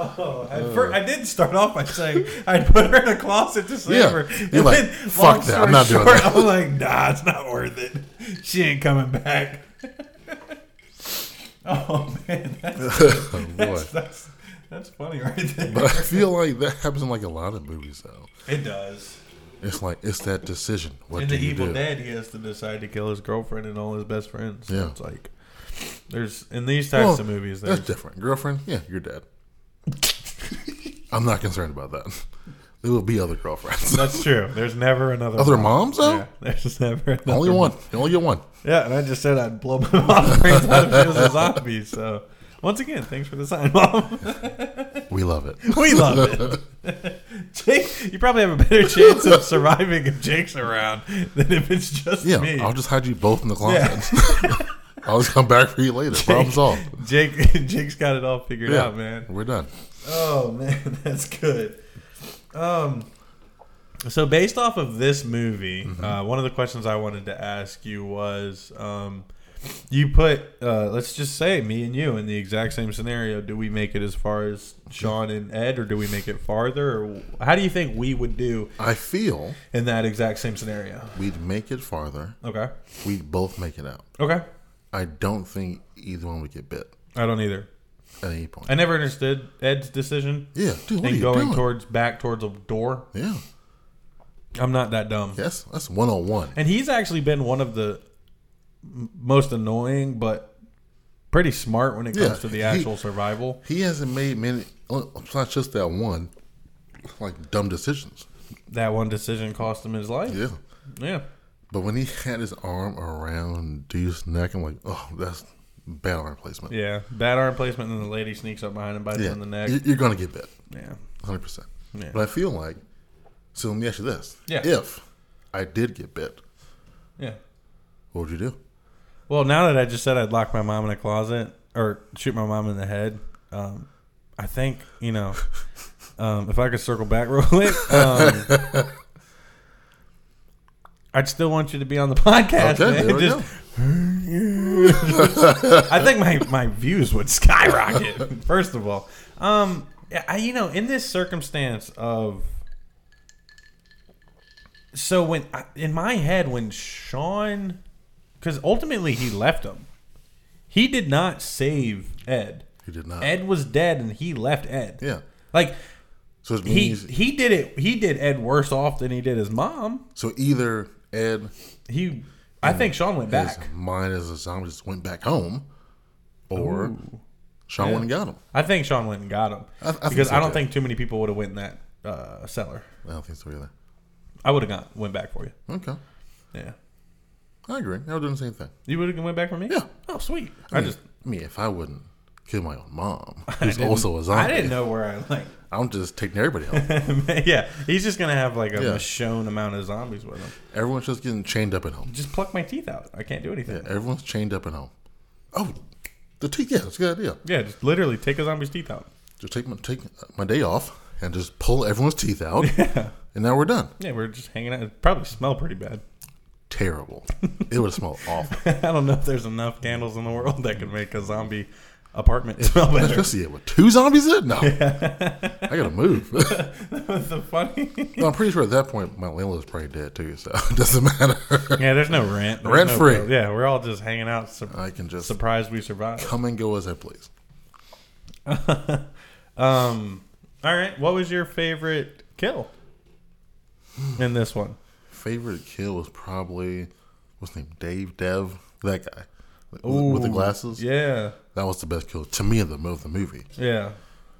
Speaker 2: Oh, I,
Speaker 1: Uh.
Speaker 2: fir- I did start off by saying I'd put her in a closet to save
Speaker 1: Yeah.
Speaker 2: her.
Speaker 1: You're
Speaker 2: And
Speaker 1: like,
Speaker 2: then,
Speaker 1: "Fuck
Speaker 2: long
Speaker 1: that, I'm
Speaker 2: story
Speaker 1: not doing that.
Speaker 2: I'm like, nah, it's not worth it. She ain't coming back. *laughs* oh man, that's
Speaker 1: oh, *laughs* boy.
Speaker 2: that's, that's that's funny right there.
Speaker 1: But I feel like that happens in like a lot of movies, though.
Speaker 2: it does.
Speaker 1: It's like it's that decision. What
Speaker 2: in
Speaker 1: do
Speaker 2: the
Speaker 1: you
Speaker 2: Evil
Speaker 1: do?
Speaker 2: Dead, he has to decide to kill his girlfriend and all his best friends. So
Speaker 1: Yeah.
Speaker 2: it's like there's in these types
Speaker 1: Well,
Speaker 2: of movies. There's
Speaker 1: That's different. Girlfriend, yeah, you're
Speaker 2: *laughs*
Speaker 1: dead. I'm not concerned about that. There will be other girlfriends. *laughs*
Speaker 2: that's true. There's never another
Speaker 1: other
Speaker 2: mom.
Speaker 1: moms, though.
Speaker 2: Yeah, there's *laughs* never
Speaker 1: *laughs*
Speaker 2: another
Speaker 1: Only
Speaker 2: mom.
Speaker 1: one. You only get one.
Speaker 2: Yeah, and I just said I'd blow my *laughs* mom's brains out if she was a zombie. So once again, thanks for the sign, mom. *laughs*
Speaker 1: We love it.
Speaker 2: we love it. Jake, you probably have a better chance of surviving if Jake's around than if it's
Speaker 1: *laughs*
Speaker 2: just
Speaker 1: Yeah,
Speaker 2: me.
Speaker 1: I'll just hide you both in the closet.
Speaker 2: Yeah.
Speaker 1: *laughs* I'll just come back for you later. Problem solved.
Speaker 2: *laughs* Jake, Jake's got it all figured
Speaker 1: Yeah,
Speaker 2: out, man.
Speaker 1: We're done.
Speaker 2: Oh *laughs* man, that's good. Um, so based off of this movie,
Speaker 1: Mm-hmm.
Speaker 2: uh, one of the questions I wanted to ask you was, um, you put, uh, let's just say me and you in the exact same scenario. Do we make it as far as Sean and Ed, or do we make it farther? Or how do you think we would do
Speaker 1: I feel
Speaker 2: in that exact same scenario?
Speaker 1: we'd make it farther.
Speaker 2: Okay.
Speaker 1: We'd both make it out.
Speaker 2: Okay.
Speaker 1: I don't think either one would get bit
Speaker 2: I don't either.
Speaker 1: at any point.
Speaker 2: I never understood Ed's decision
Speaker 1: yeah, dude, what are
Speaker 2: and
Speaker 1: you
Speaker 2: going
Speaker 1: doing?
Speaker 2: towards back towards a door.
Speaker 1: yeah,
Speaker 2: I'm not that dumb.
Speaker 1: yes, that's one on one.
Speaker 2: And he's actually been one of the m- most annoying, but pretty smart when it comes
Speaker 1: Yeah,
Speaker 2: to the
Speaker 1: he-
Speaker 2: actual survival.
Speaker 1: He hasn't made many. oh, It's not just that one, like dumb decisions.
Speaker 2: That one decision cost him his life. Yeah.
Speaker 1: Yeah, but when he had his arm around Deuce's neck, I'm like, oh, that's bad arm placement.
Speaker 2: Yeah. Bad arm placement, and then the lady sneaks up behind him, bites him in the neck.
Speaker 1: you- You're gonna get bit,
Speaker 2: Yeah.
Speaker 1: 100. percent
Speaker 2: Yeah.
Speaker 1: But I feel like, so let me ask you this:
Speaker 2: Yeah.
Speaker 1: if I did get bit,
Speaker 2: Yeah.
Speaker 1: what would you do?
Speaker 2: Well, now that I just said I'd lock my mom in a closet or shoot my mom in the head, um, I think,
Speaker 1: *laughs*
Speaker 2: you know, um, if I could circle back real quick, um,
Speaker 1: *laughs*
Speaker 2: I'd still want you to be on the *laughs* podcast.
Speaker 1: Okay,
Speaker 2: man.
Speaker 1: there we
Speaker 2: *laughs* Just- I think my, my views would skyrocket, *laughs* first of all. Um, I, you know, in this circumstance of. So when I- in my head when Sean because ultimately he left him. He did not save Ed.
Speaker 1: He did not.
Speaker 2: Ed was dead, and he left Ed.
Speaker 1: Yeah.
Speaker 2: Like
Speaker 1: So it
Speaker 2: he
Speaker 1: means
Speaker 2: he did it. He did Ed worse off than he did his mom.
Speaker 1: so either Ed
Speaker 2: He, I think Sean went
Speaker 1: his
Speaker 2: back.
Speaker 1: mind as a zombie just went back home, or Sean went and got him.
Speaker 2: I think Sean went and got him
Speaker 1: I- I think
Speaker 2: because
Speaker 1: so,
Speaker 2: I don't
Speaker 1: too.
Speaker 2: think too many people would have went in that uh, cellar.
Speaker 1: I don't think so either.
Speaker 2: I would have gone went back for you.
Speaker 1: Okay,
Speaker 2: Yeah,
Speaker 1: I agree. I would do the same thing.
Speaker 2: you would have went back for me.
Speaker 1: Yeah.
Speaker 2: Oh, sweet. I just
Speaker 1: I mean, if I wouldn't kill my own mom, who's also a zombie,
Speaker 2: *laughs* I didn't know where I like. *laughs*
Speaker 1: am just taking everybody out.
Speaker 2: yeah, he's just gonna have like a
Speaker 1: Yeah.
Speaker 2: shown amount of zombies with him.
Speaker 1: Everyone's just getting chained up at home.
Speaker 2: Just pluck my teeth out. I can't do anything.
Speaker 1: Yeah, everyone's chained up at home. Oh, the teeth. Yeah, that's a good idea.
Speaker 2: Yeah, just literally take a zombie's teeth out.
Speaker 1: Just take my take my day off and just pull everyone's teeth
Speaker 2: *laughs*
Speaker 1: out, and now we're done.
Speaker 2: Yeah, we're just hanging out. It probably smell pretty bad. *laughs*
Speaker 1: Terrible. it would smell awful.
Speaker 2: I don't know if there's enough candles in the world that could make a zombie apartment
Speaker 1: *laughs*
Speaker 2: *laughs* smell better.
Speaker 1: Especially yeah, with two zombies in it?
Speaker 2: *laughs*
Speaker 1: No. I gotta move. *laughs*
Speaker 2: the funny. *laughs*
Speaker 1: No, I'm pretty sure at that point my landlord's probably dead too, so *laughs* it doesn't matter.
Speaker 2: Yeah, there's no rent. There's
Speaker 1: Rent
Speaker 2: no-
Speaker 1: free.
Speaker 2: Yeah, we're all just hanging out, sur-
Speaker 1: I can just
Speaker 2: surprised we survived.
Speaker 1: come and go as I please.
Speaker 2: Um, all right, what was your favorite kill in this one?
Speaker 1: Favorite kill was probably what's his name? Dave Dev, that guy with- with the
Speaker 2: Ooh,
Speaker 1: glasses.
Speaker 2: Yeah,
Speaker 1: That was the best kill to me of the of the movie
Speaker 2: yeah,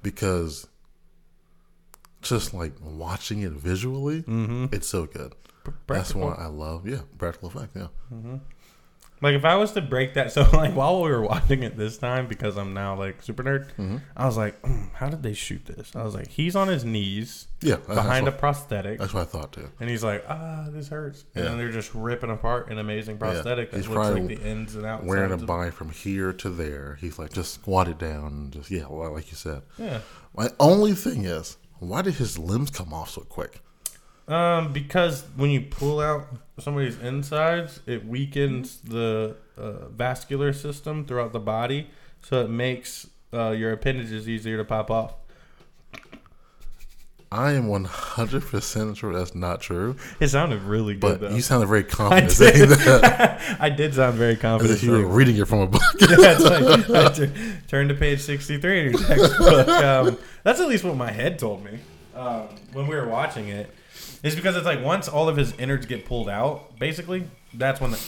Speaker 1: because just like watching it visually,
Speaker 2: Mm-hmm.
Speaker 1: it's so good. That's why I love yeah practical effect yeah.
Speaker 2: Like if I was to break that, *laughs* so like while we were watching it this time, because I'm now like super nerd,
Speaker 1: Mm-hmm.
Speaker 2: I was like, "Mm, how did they shoot this? I was like, he's on his knees
Speaker 1: Yeah, that's
Speaker 2: behind a
Speaker 1: what,
Speaker 2: prosthetic,
Speaker 1: That's what I thought too.
Speaker 2: and he's like, ah, this hurts, and
Speaker 1: Yeah.
Speaker 2: then they're just ripping apart an amazing prosthetic
Speaker 1: He's
Speaker 2: that looks like
Speaker 1: probably
Speaker 2: the ins and outs.
Speaker 1: Wearing a body from here to there, he's like just squatted down, and just yeah, li- like you said.
Speaker 2: yeah.
Speaker 1: My only thing is, why did his limbs come off so quick?
Speaker 2: Um, because when you pull out somebody's insides, it weakens the uh, vascular system throughout the body, so it makes uh, your appendages easier to pop off.
Speaker 1: I am one hundred percent sure that's not true,
Speaker 2: It sounded really good,
Speaker 1: but
Speaker 2: though.
Speaker 1: you sounded
Speaker 2: *laughs*
Speaker 1: very confident saying that
Speaker 2: I did sound very
Speaker 1: as
Speaker 2: confident.
Speaker 1: if *laughs* you were
Speaker 2: saying
Speaker 1: reading it from a book.
Speaker 2: Yeah, it's like, I tur- turn to page 63 in your textbook. *laughs* Um, that's at least what my head told me um, when we were watching it. Is because it's like once all of his innards get pulled out, basically, that's when the,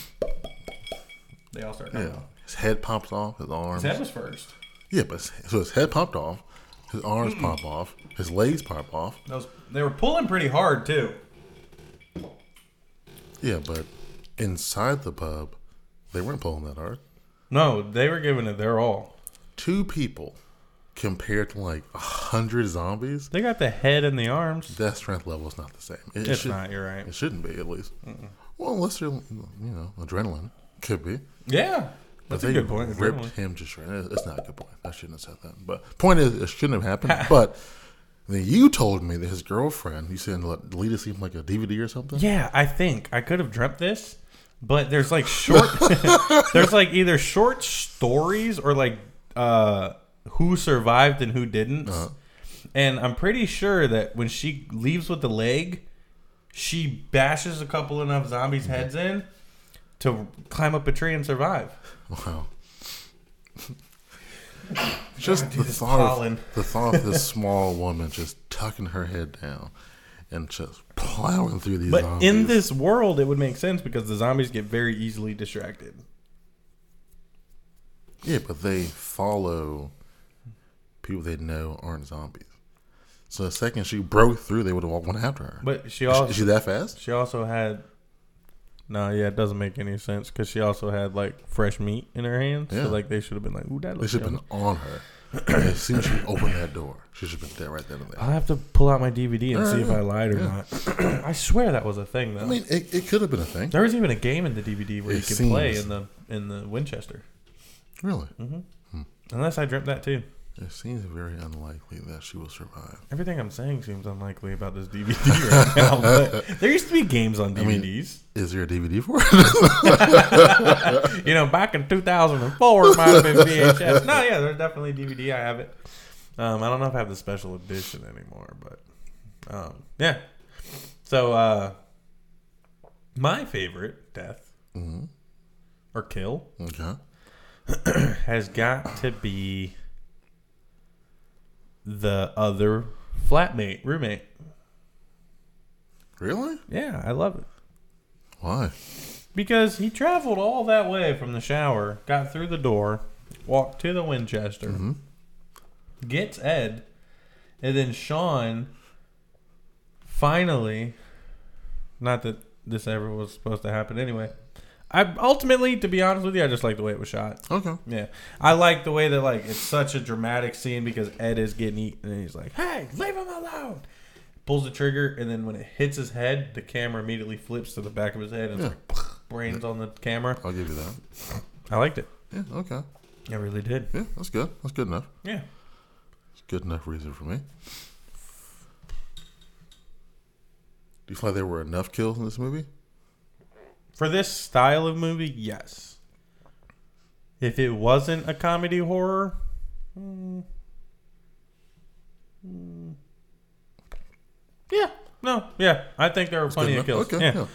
Speaker 2: they all start coming
Speaker 1: *laughs* yeah,
Speaker 2: out.
Speaker 1: his head popped off, his arms.
Speaker 2: His head was first.
Speaker 1: Yeah, but his, so his head popped off, his arms pop off, his legs pop off.
Speaker 2: That was, they were pulling pretty hard, too.
Speaker 1: Yeah, but inside the pub, they weren't pulling that hard.
Speaker 2: No, they were giving it their all.
Speaker 1: Two people compared to like a hundred zombies.
Speaker 2: They got the head and the arms.
Speaker 1: Death strength level is not the same. It,
Speaker 2: It's
Speaker 1: should,
Speaker 2: not, you're right.
Speaker 1: It shouldn't be at least. Well, unless you're, you know, adrenaline could be.
Speaker 2: Yeah.
Speaker 1: But
Speaker 2: That's
Speaker 1: they
Speaker 2: a good point.
Speaker 1: ripped him to shreds. It's not a good point. I shouldn't have said that. But point is, it shouldn't have
Speaker 2: *laughs*
Speaker 1: happened. but then you told me that his girlfriend, you said, Lita seemed like a DVD or something.
Speaker 2: Yeah, I think I could have dreamt this, but there's like short, *laughs* there's like either short stories or like uh, who survived and who didn't. And I'm pretty sure that when she leaves with the leg, she bashes a couple enough zombies' heads in to climb up a tree and survive.
Speaker 1: Wow. just
Speaker 2: *laughs* do
Speaker 1: the
Speaker 2: this
Speaker 1: thought,
Speaker 2: pollen.
Speaker 1: of, the thought of
Speaker 2: *laughs*
Speaker 1: this small woman just tucking her head down and just plowing through these
Speaker 2: But
Speaker 1: zombies.
Speaker 2: in this world, it would make sense because the zombies get very easily distracted.
Speaker 1: yeah, but they follow people they know aren't zombies. So the second she broke through, they would have went after her.
Speaker 2: But she
Speaker 1: Is she-
Speaker 2: also
Speaker 1: is she that fast?
Speaker 2: She also had. No, yeah, it doesn't make any sense because she also had like fresh meat in her hands.
Speaker 1: Yeah.
Speaker 2: So like they should have been like, "Ooh, that
Speaker 1: They
Speaker 2: looks."
Speaker 1: should have
Speaker 2: yummy."
Speaker 1: been on her. as soon as she opened that door, she should have been dead right then and there.
Speaker 2: I'll have to pull out my DVD and
Speaker 1: Yeah,
Speaker 2: see if
Speaker 1: yeah,
Speaker 2: I lied or not. *clears throat* I swear that was a thing though.
Speaker 1: I mean, it, it could have been a thing.
Speaker 2: there was even a game in the DVD where
Speaker 1: It
Speaker 2: you could play
Speaker 1: seems-
Speaker 2: in the in the Winchester.
Speaker 1: Really.
Speaker 2: Mm-hmm. Unless I dreamt that too.
Speaker 1: It seems very unlikely that she will survive.
Speaker 2: Everything I'm saying seems unlikely about this DVD
Speaker 1: *laughs*
Speaker 2: right now. But there used to be games on
Speaker 1: mean-
Speaker 2: DVDs.
Speaker 1: Is there a DVD for it?
Speaker 2: you know, back in 2004, it might have been VHS. No, yeah, there's definitely DVD. I have it. Um, I don't know if I have the special edition anymore, but um, yeah. So, uh, my favorite death or kill
Speaker 1: *laughs* okay.
Speaker 2: has got to be the other flatmate, roommate.
Speaker 1: Really?
Speaker 2: Yeah, I love it.
Speaker 1: Why?
Speaker 2: Because he traveled all that way from the shower, got through the door, walked to the Winchester, gets Ed, and then Sean finally, not that this ever was supposed to happen anyway. I ultimately, to be honest with you, I just like the way it was shot.
Speaker 1: Okay.
Speaker 2: Yeah, I like the way that like it's such a dramatic scene because Ed is getting eaten and he's like, "Hey, leave him alone." Pulls the trigger and then when it hits his head, the camera immediately flips to the back of his head and it's like brains on the camera.
Speaker 1: I'll give you that.
Speaker 2: I liked it.
Speaker 1: Yeah, okay.
Speaker 2: I really did.
Speaker 1: Yeah, that's good. That's good enough.
Speaker 2: Yeah.
Speaker 1: It's good enough reason for me. Do you feel like there were enough kills in this movie?
Speaker 2: For this style of movie, yes. If it wasn't a comedy horror, hmm. Yeah. No. Yeah. I think there were plenty of
Speaker 1: Good enough.
Speaker 2: kills. yeah.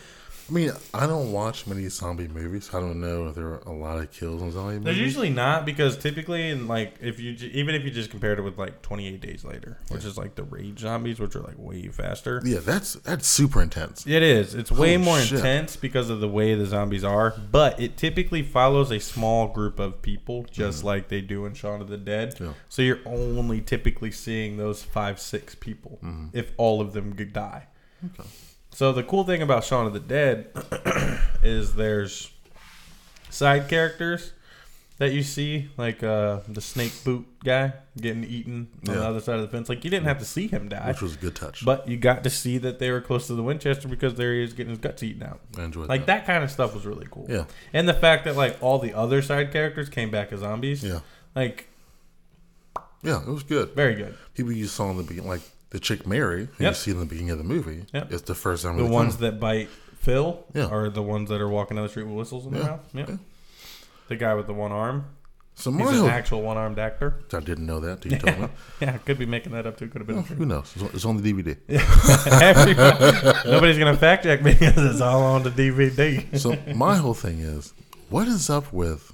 Speaker 1: I mean, I don't watch many zombie movies. I don't know if there are a lot of kills in zombie
Speaker 2: There's
Speaker 1: movies.
Speaker 2: usually not because typically, in like if you ju- even if you just compared it with like 28 days later, which is like the rage zombies, which are like way faster.
Speaker 1: yeah, that's that's super intense.
Speaker 2: It is. It's way
Speaker 1: Holy
Speaker 2: more
Speaker 1: shit.
Speaker 2: intense because of the way the zombies are, but it typically follows a small group of people, just like they do in Shaun of the Dead.
Speaker 1: Mm-hmm. Yeah.
Speaker 2: So you're only typically seeing those five, six people if all of them could die.
Speaker 1: Mm-hmm. Okay.
Speaker 2: So the cool thing about Shaun of the Dead *clears throat* is there's side characters that you see, like uh, the snake boot guy getting eaten on the
Speaker 1: Yeah.
Speaker 2: other side of the fence. Like you didn't have to see him die.
Speaker 1: Which was a good touch.
Speaker 2: But you got to see that they were close to the Winchester because there he is getting his guts eaten out.
Speaker 1: I enjoyed
Speaker 2: Like that kind of stuff was really cool.
Speaker 1: Yeah.
Speaker 2: And the fact that like all the other side characters came back as zombies.
Speaker 1: Yeah.
Speaker 2: Like
Speaker 1: Yeah, it was good.
Speaker 2: very good.
Speaker 1: People you saw in the beginning, like the chick Mary, who you
Speaker 2: Yep.
Speaker 1: see in the beginning of the movie,
Speaker 2: Yep.
Speaker 1: is the first time.
Speaker 2: The ones that bite Phil
Speaker 1: Yeah.
Speaker 2: are the ones that are walking down the street with whistles in
Speaker 1: Yeah.
Speaker 2: their mouth. Yep.
Speaker 1: Yeah.
Speaker 2: The guy with the one arm.
Speaker 1: So
Speaker 2: He's
Speaker 1: my
Speaker 2: an
Speaker 1: whole-
Speaker 2: actual one armed actor. *laughs*
Speaker 1: I didn't know that. till You told me.
Speaker 2: Yeah, I could be making that up too. Could have
Speaker 1: *laughs* Well,
Speaker 2: been. *laughs* a
Speaker 1: who knows? It's on, it's on the DVD.
Speaker 2: *laughs* Everybody- Nobody's gonna fact check me *laughs* because it's all on the DVD.
Speaker 1: So my whole thing is, what is up with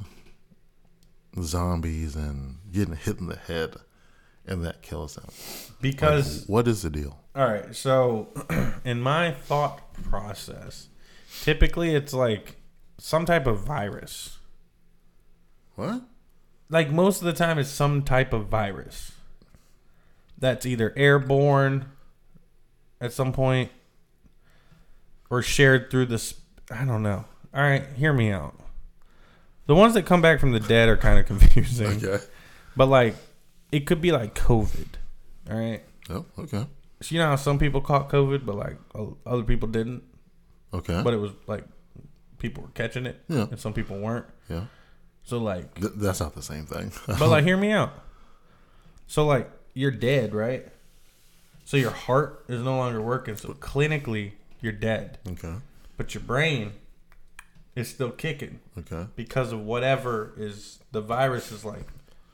Speaker 1: zombies and getting hit in the head and that kills them?
Speaker 2: Because
Speaker 1: What is the deal?
Speaker 2: All right, so *clears throat* in my thought process, typically it's like some type of virus.
Speaker 1: What?
Speaker 2: Like most of the time, it's some type of virus that's either airborne at some point or shared through the. Sp- I don't know. All right, hear me out. The ones that come back from the dead are kind of *laughs* confusing,
Speaker 1: Okay.
Speaker 2: but like it could be like COVID. All right,
Speaker 1: Oh, okay.
Speaker 2: so you know how some people caught COVID, but like o- other people didn't.
Speaker 1: Okay.
Speaker 2: but it was like people were catching it
Speaker 1: yeah.
Speaker 2: and some people weren't
Speaker 1: Yeah.
Speaker 2: so like
Speaker 1: Th- that's not the same thing. *laughs*
Speaker 2: but like hear me out so like you're dead right so your heart is no longer working so clinically you're dead
Speaker 1: okay.
Speaker 2: but your brain is still kicking
Speaker 1: Okay.
Speaker 2: because of whatever is the virus is like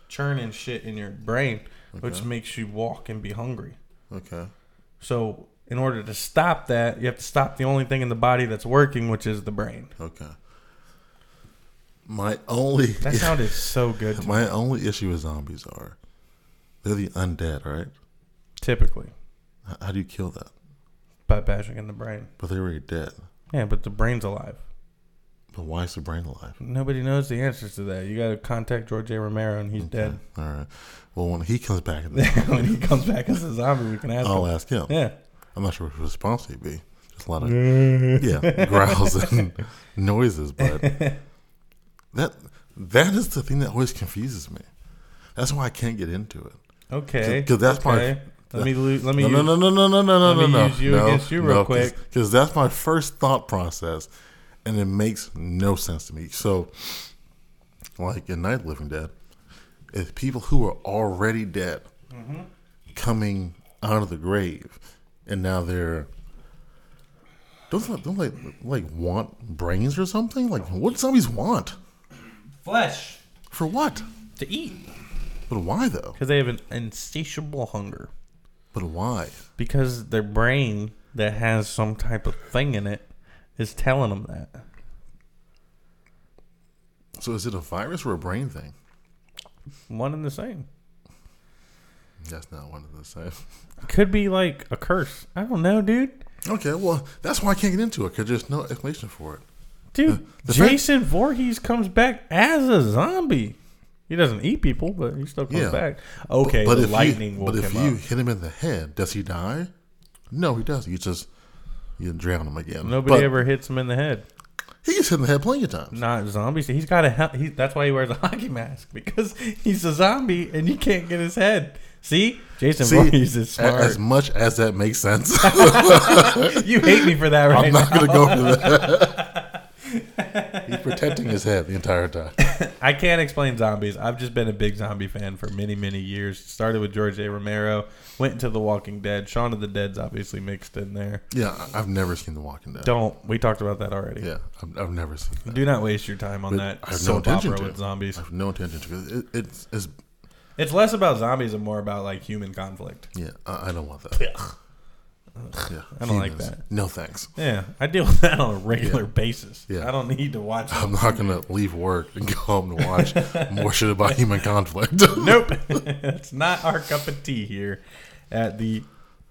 Speaker 2: churning shit in your brain which
Speaker 1: Okay.
Speaker 2: makes you walk and be hungry
Speaker 1: Okay.
Speaker 2: so in order to stop that you have to stop the only thing in the body that's working which is the brain
Speaker 1: Okay. My only
Speaker 2: that sounded so good to
Speaker 1: *laughs* my only issue with zombies are they're the undead, right?
Speaker 2: Typically,
Speaker 1: H- How do you kill that?
Speaker 2: by bashing in the brain.
Speaker 1: But they're already dead.
Speaker 2: Yeah, but the brain's alive.
Speaker 1: But why is the brain alive?
Speaker 2: Nobody knows the answers to that. You got to contact George A. Romero, and he's dead.
Speaker 1: All right. Well, when he comes back,
Speaker 2: *laughs* when he comes back as a zombie, we can ask
Speaker 1: I'll
Speaker 2: him.
Speaker 1: ask him.
Speaker 2: Yeah.
Speaker 1: I'm not sure what his response he'd be. Just a lot of yeah growls and *laughs* noises, but that that is the thing that always confuses me. That's why I can't get into it.
Speaker 2: Okay.
Speaker 1: 'Cause that's my-
Speaker 2: okay. Let me lose. Let me.
Speaker 1: No,
Speaker 2: use,
Speaker 1: no, no, no, no, no, no, no,
Speaker 2: let me
Speaker 1: no.
Speaker 2: use you
Speaker 1: no,
Speaker 2: against you real quick.
Speaker 1: because that's my first thought process, and it makes no sense to me. So, like in Night of the Living Dead, if people who are already dead
Speaker 2: Mm-hmm.
Speaker 1: coming out of the grave, and now they're don't they- don't like like want brains or something? Like what do zombies want
Speaker 2: Flesh
Speaker 1: for what?
Speaker 2: to eat
Speaker 1: But why though?
Speaker 2: because they have an insatiable hunger
Speaker 1: But why?
Speaker 2: because their brain that has some type of thing in it is telling them that.
Speaker 1: So is it a virus or a brain thing?
Speaker 2: One and the same.
Speaker 1: That's not one of the same. *laughs*
Speaker 2: Could be like a curse. I don't know, dude.
Speaker 1: Okay, well, that's why I can't get into it because there's no explanation for it.
Speaker 2: Dude,
Speaker 1: the fact-
Speaker 2: Jason Voorhees comes back as a zombie. He doesn't eat people, but he still comes
Speaker 1: Yeah.
Speaker 2: back. Okay,
Speaker 1: but
Speaker 2: the
Speaker 1: if
Speaker 2: lightning
Speaker 1: you,
Speaker 2: will
Speaker 1: But if
Speaker 2: come
Speaker 1: you
Speaker 2: up.
Speaker 1: hit him in the head, does he die? No, he doesn't. You just you drown him again.
Speaker 2: Nobody
Speaker 1: But
Speaker 2: ever hits him in the head.
Speaker 1: He gets hit in the head plenty of
Speaker 2: *laughs*
Speaker 1: times.
Speaker 2: Not zombies. He's got a. hel- He, that's why he wears a *laughs* hockey mask because he's a zombie and you can't get his head. See, Jason
Speaker 1: See,
Speaker 2: Voorhees is
Speaker 1: a-
Speaker 2: smart.
Speaker 1: as much as that makes
Speaker 2: *laughs*
Speaker 1: sense, *laughs*
Speaker 2: you hate me for that, right?
Speaker 1: I'm not going to go into that. He's protecting his head the entire time.
Speaker 2: I can't explain zombies. I've just been a big zombie fan for many, many years. Started with George A. Romero, went into The Walking Dead. Shaun of the Dead's obviously mixed in there.
Speaker 1: Yeah, I- I've never seen The Walking Dead.
Speaker 2: Don't. We talked about that already.
Speaker 1: Yeah, I've, I've never seen that.
Speaker 2: Do not waste your time on
Speaker 1: But
Speaker 2: that
Speaker 1: I have no
Speaker 2: soap
Speaker 1: intention
Speaker 2: opera
Speaker 1: to.
Speaker 2: with zombies.
Speaker 1: I have no intention to. It, it's, it's
Speaker 2: It's less about zombies and more about like human conflict.
Speaker 1: Yeah, I, I don't want that. Yeah,
Speaker 2: I don't like
Speaker 1: Humans.
Speaker 2: that.
Speaker 1: No thanks.
Speaker 2: Yeah, I deal with that on a regular basis.
Speaker 1: Yeah. Um,
Speaker 2: I don't need to watch.
Speaker 1: I'm not gonna leave work and go home to watch more shit about human conflict.
Speaker 2: nope, *laughs* it's not our cup of tea here at the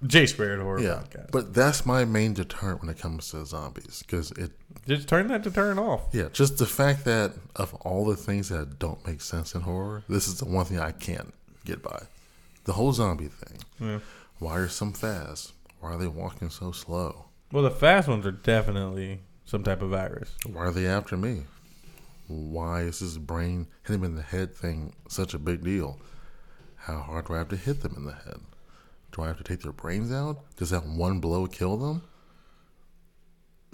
Speaker 2: J Squared Horror
Speaker 1: yeah,
Speaker 2: Podcast.
Speaker 1: but that's my main deterrent when it comes to zombies because it.
Speaker 2: Just turn that to turn off.
Speaker 1: Yeah, just the fact that of all the things that don't make sense in horror, this is the one thing I can't get by. The whole zombie thing.
Speaker 2: Yeah.
Speaker 1: Why are some fast? Why are they walking so slow?
Speaker 2: Well, the fast ones are definitely some type of virus.
Speaker 1: Why are they after me? Why is this brain hit him in the head thing such a big deal? How hard do I have to hit them in the head? Do I have to take their brains out? Does that one blow kill them?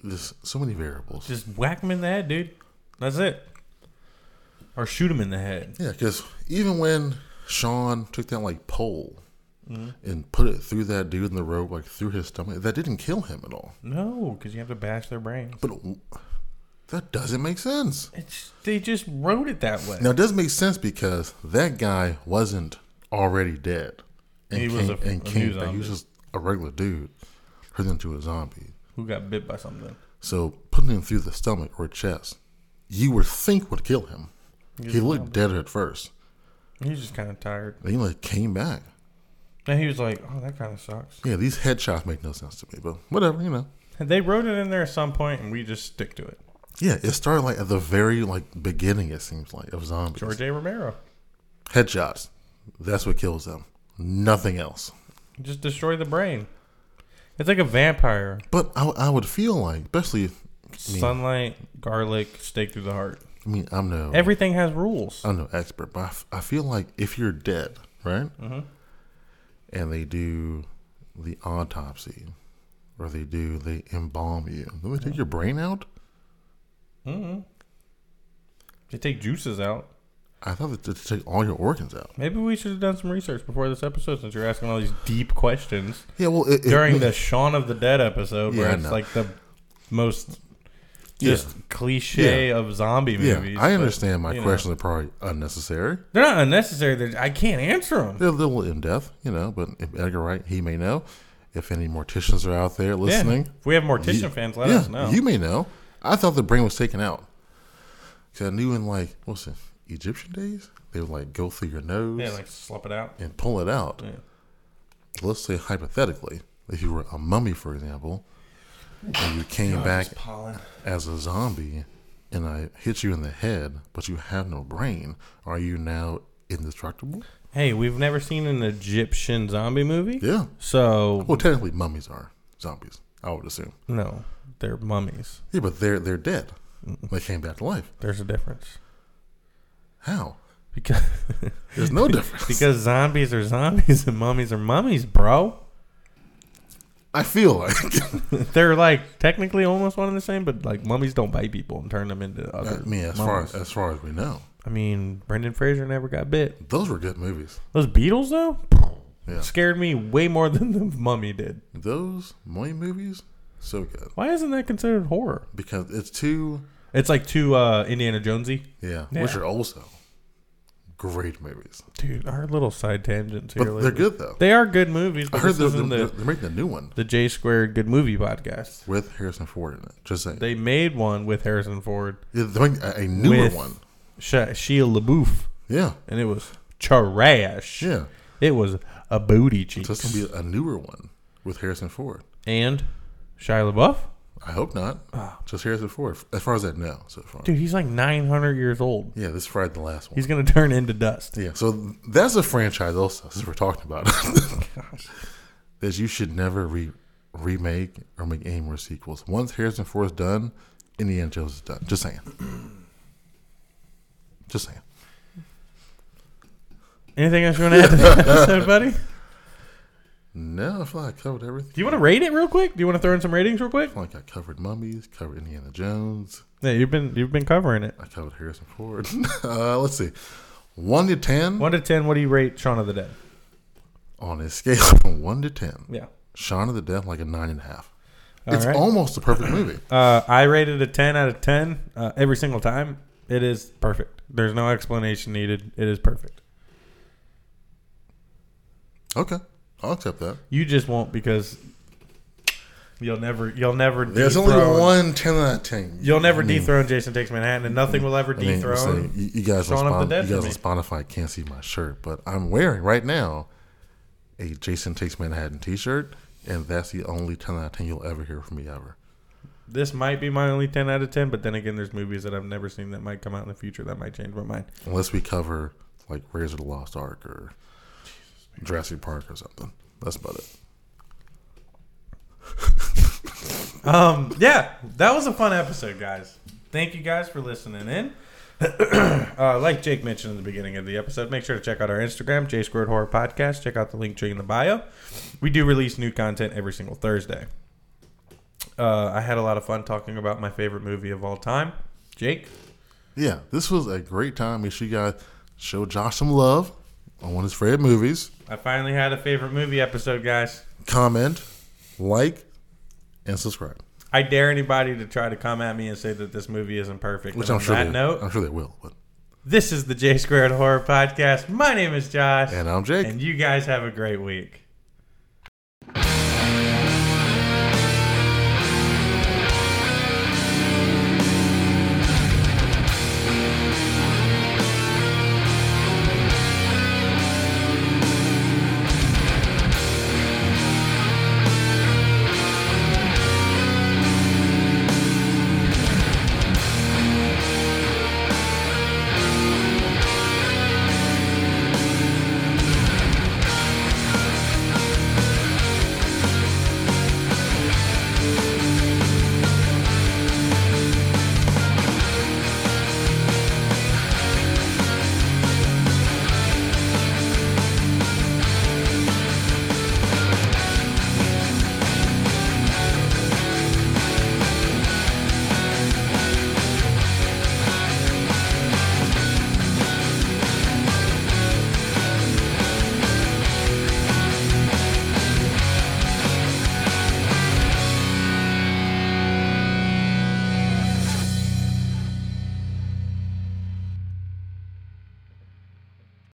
Speaker 1: There's so many variables.
Speaker 2: Just whack them in the head, dude. That's it. Or shoot them in the head.
Speaker 1: Yeah, because even when Sean took that like pole and put it through that dude in the road, like through his stomach, that didn't kill him at all.
Speaker 2: No, because you have to bash their brains.
Speaker 1: But w- that doesn't make sense.
Speaker 2: It's, they just wrote it that way.
Speaker 1: Now it does make sense because that guy wasn't already dead. And
Speaker 2: He
Speaker 1: came,
Speaker 2: was a-
Speaker 1: and
Speaker 2: a
Speaker 1: came
Speaker 2: new
Speaker 1: back. He was
Speaker 2: zombie.
Speaker 1: just a regular dude, turned into a zombie.
Speaker 2: Who got bit by something?
Speaker 1: So putting him through the stomach or chest, you would think would kill him. he looked dead at first.
Speaker 2: He's just kind of tired.
Speaker 1: Then he like came back.
Speaker 2: And he was like, "Oh, that kind of sucks." *laughs*
Speaker 1: Yeah, these headshots make no sense to me, but whatever, you know.
Speaker 2: They wrote it in there at some point, and we just stick to it.
Speaker 1: Yeah, it started like at the very like beginning. It seems like of zombies.
Speaker 2: George A. Romero
Speaker 1: Headshots. That's what kills them. Nothing else.
Speaker 2: just destroy the brain. It's like a vampire.
Speaker 1: But I, I would feel like, especially,
Speaker 2: Sunlight, garlic, stake through the heart.
Speaker 1: I mean, I'm no
Speaker 2: Everything has rules.
Speaker 1: I'm no expert, but I, f- I feel like if you're dead, right,
Speaker 2: Mm-hmm.
Speaker 1: and they do the autopsy, or they do they embalm you, then they take your brain out.
Speaker 2: They take juices out.
Speaker 1: I thought that they take all your organs out.
Speaker 2: Maybe we should have done some research before this episode since you're asking all these deep
Speaker 1: *laughs*
Speaker 2: questions
Speaker 1: Yeah, well, it, it-
Speaker 2: during the Shaun of the Dead episode where
Speaker 1: Yeah, I
Speaker 2: it's
Speaker 1: know.
Speaker 2: like the most
Speaker 1: Yeah.
Speaker 2: just cliche
Speaker 1: Yeah.
Speaker 2: of zombie
Speaker 1: yeah,
Speaker 2: movies.
Speaker 1: I
Speaker 2: but,
Speaker 1: understand my
Speaker 2: you know,
Speaker 1: questions are probably unnecessary.
Speaker 2: They're not unnecessary. They're, I can't answer them.
Speaker 1: They're a little in depth, you know. But if Edgar Wright, he may know. If any morticians are out there listening,
Speaker 2: Yeah. If we have mortician
Speaker 1: You-
Speaker 2: fans, let
Speaker 1: yeah,
Speaker 2: us know.
Speaker 1: You may know. I thought the brain was taken out. Because I knew in like, what's it, Egyptian days? They would like go through your nose
Speaker 2: yeah, like slap it out.
Speaker 1: and pull it out.
Speaker 2: Yeah.
Speaker 1: Let's say hypothetically, if you were a mummy, for example, and you came back
Speaker 2: pollen.
Speaker 1: as a zombie and I hit you in the head, but you have no brain, are you now indestructible?
Speaker 2: Hey, we've never seen an Egyptian zombie movie.
Speaker 1: Yeah.
Speaker 2: So
Speaker 1: Well, technically, mummies are zombies, I would assume.
Speaker 2: no, they're mummies.
Speaker 1: Yeah, but they're they're dead. They came back to life.
Speaker 2: There's a difference
Speaker 1: How?
Speaker 2: because *laughs*
Speaker 1: There's no difference. *laughs*
Speaker 2: because zombies are zombies and mummies are mummies, bro.
Speaker 1: I feel like
Speaker 2: They're like technically almost one and the same, but like mummies don't bite people and turn them into
Speaker 1: I
Speaker 2: other.
Speaker 1: mean, as far
Speaker 2: mummies.
Speaker 1: as, as far as we know,
Speaker 2: I mean, Brendan Fraser never got bit.
Speaker 1: those were good movies.
Speaker 2: Those Beatles though
Speaker 1: Yeah,
Speaker 2: scared me way more *laughs* than the mummy did.
Speaker 1: those Moy movies, so good
Speaker 2: Why isn't that considered horror?
Speaker 1: because it's too.
Speaker 2: It's like too uh, Indiana Jonesy.
Speaker 1: Yeah,
Speaker 2: Yeah.
Speaker 1: which are also great movies,
Speaker 2: Dude, our little side tangents here.
Speaker 1: but they're
Speaker 2: lately.
Speaker 1: good though.
Speaker 2: They are good movies.
Speaker 1: I
Speaker 2: But
Speaker 1: heard
Speaker 2: this
Speaker 1: they're,
Speaker 2: isn't
Speaker 1: they're,
Speaker 2: the
Speaker 1: they're making a new one
Speaker 2: the J Squared Good Movie Podcast.
Speaker 1: with Harrison Ford in it. Just saying,
Speaker 2: They made one with Harrison Ford,
Speaker 1: Yeah, they're making a, a newer
Speaker 2: With-
Speaker 1: one.
Speaker 2: Sha Shia LaBeouf,
Speaker 1: Yeah,
Speaker 2: and it was trash.
Speaker 1: yeah,
Speaker 2: It was a booty
Speaker 1: so it's
Speaker 2: cheeks.
Speaker 1: gonna be a newer one with Harrison Ford.
Speaker 2: and Shia LaBeouf,
Speaker 1: I hope not. Just Harrison Ford, as far as I know so far.
Speaker 2: Uh. dude, he's like 900 years old.
Speaker 1: Yeah, this Friday the last one.
Speaker 2: He's gonna turn into dust.
Speaker 1: Yeah, so that's a franchise also since we're talking about *laughs* that you should never re- remake or make any more sequels. Once Harrison Ford is done, Indiana Jones is done. Just saying. *clears throat* Just saying.
Speaker 2: Anything else you want to
Speaker 1: *laughs*
Speaker 2: add to that episode, buddy? Do
Speaker 1: No, I feel like I covered everything.
Speaker 2: you want to rate it real quick? Do you want to throw in some ratings real quick?
Speaker 1: I feel like I covered mummies, covered Indiana Jones,
Speaker 2: Yeah, you've been you've been covering it.
Speaker 1: I covered Harrison Ford. *laughs* uh, let's see. One to ten
Speaker 2: One to ten, what do you rate Shaun of the Dead?
Speaker 1: on a scale *laughs* from one to ten.
Speaker 2: Yeah,
Speaker 1: Shaun of the Dead like a nine and a half.
Speaker 2: All
Speaker 1: it's
Speaker 2: right.
Speaker 1: almost a perfect movie.
Speaker 2: Uh, I rated a 10 out of 10 uh, every single time. It is perfect. There's no explanation needed. It is perfect.
Speaker 1: Okay, I'll accept that.
Speaker 2: You just won't because you'll never you'll never
Speaker 1: There's only
Speaker 2: dethrone-
Speaker 1: one 10 out of 10.
Speaker 2: You'll never
Speaker 1: I mean,
Speaker 2: dethrone Jason Takes Manhattan, and nothing will ever
Speaker 1: I mean,
Speaker 2: dethrone.
Speaker 1: so you, you guys on
Speaker 2: Showing up
Speaker 1: Spon-
Speaker 2: the dead
Speaker 1: you
Speaker 2: for
Speaker 1: guys on Spotify can't see my shirt, but I'm wearing right now a Jason Takes Manhattan T-shirt, and that's the only 10 out of 10 you'll ever hear from me ever.
Speaker 2: This might be my only ten out of ten, but then again, there's movies that I've never seen that might come out in the future that might change my mind.
Speaker 1: Unless we cover like Razor the Lost Ark or Jurassic Park or something. That's about it.
Speaker 2: Um, yeah, that was a fun episode, guys. Thank you guys for listening in. *clears throat* uh, like Jake mentioned in the beginning of the episode, make sure to check out our Instagram, J Squared Horror Podcast. Check out the link tree in the bio. We do release new content every single Thursday. Uh, I had a lot of fun talking about my favorite movie of all time, Jake.
Speaker 1: Yeah, this was a great time. Make sure you guys show Josh some love on one of his favorite movies.
Speaker 2: I finally had a favorite movie episode, guys.
Speaker 1: Comment, like, and subscribe.
Speaker 2: I dare anybody to try to come at me and say that this movie isn't perfect.
Speaker 1: Which
Speaker 2: And
Speaker 1: I'm
Speaker 2: on
Speaker 1: sure
Speaker 2: that
Speaker 1: they,
Speaker 2: note,
Speaker 1: I'm sure they will. But
Speaker 2: this is the J Squared Horror Podcast. My name is Josh.
Speaker 1: and I'm Jake.
Speaker 2: And you guys have a great week.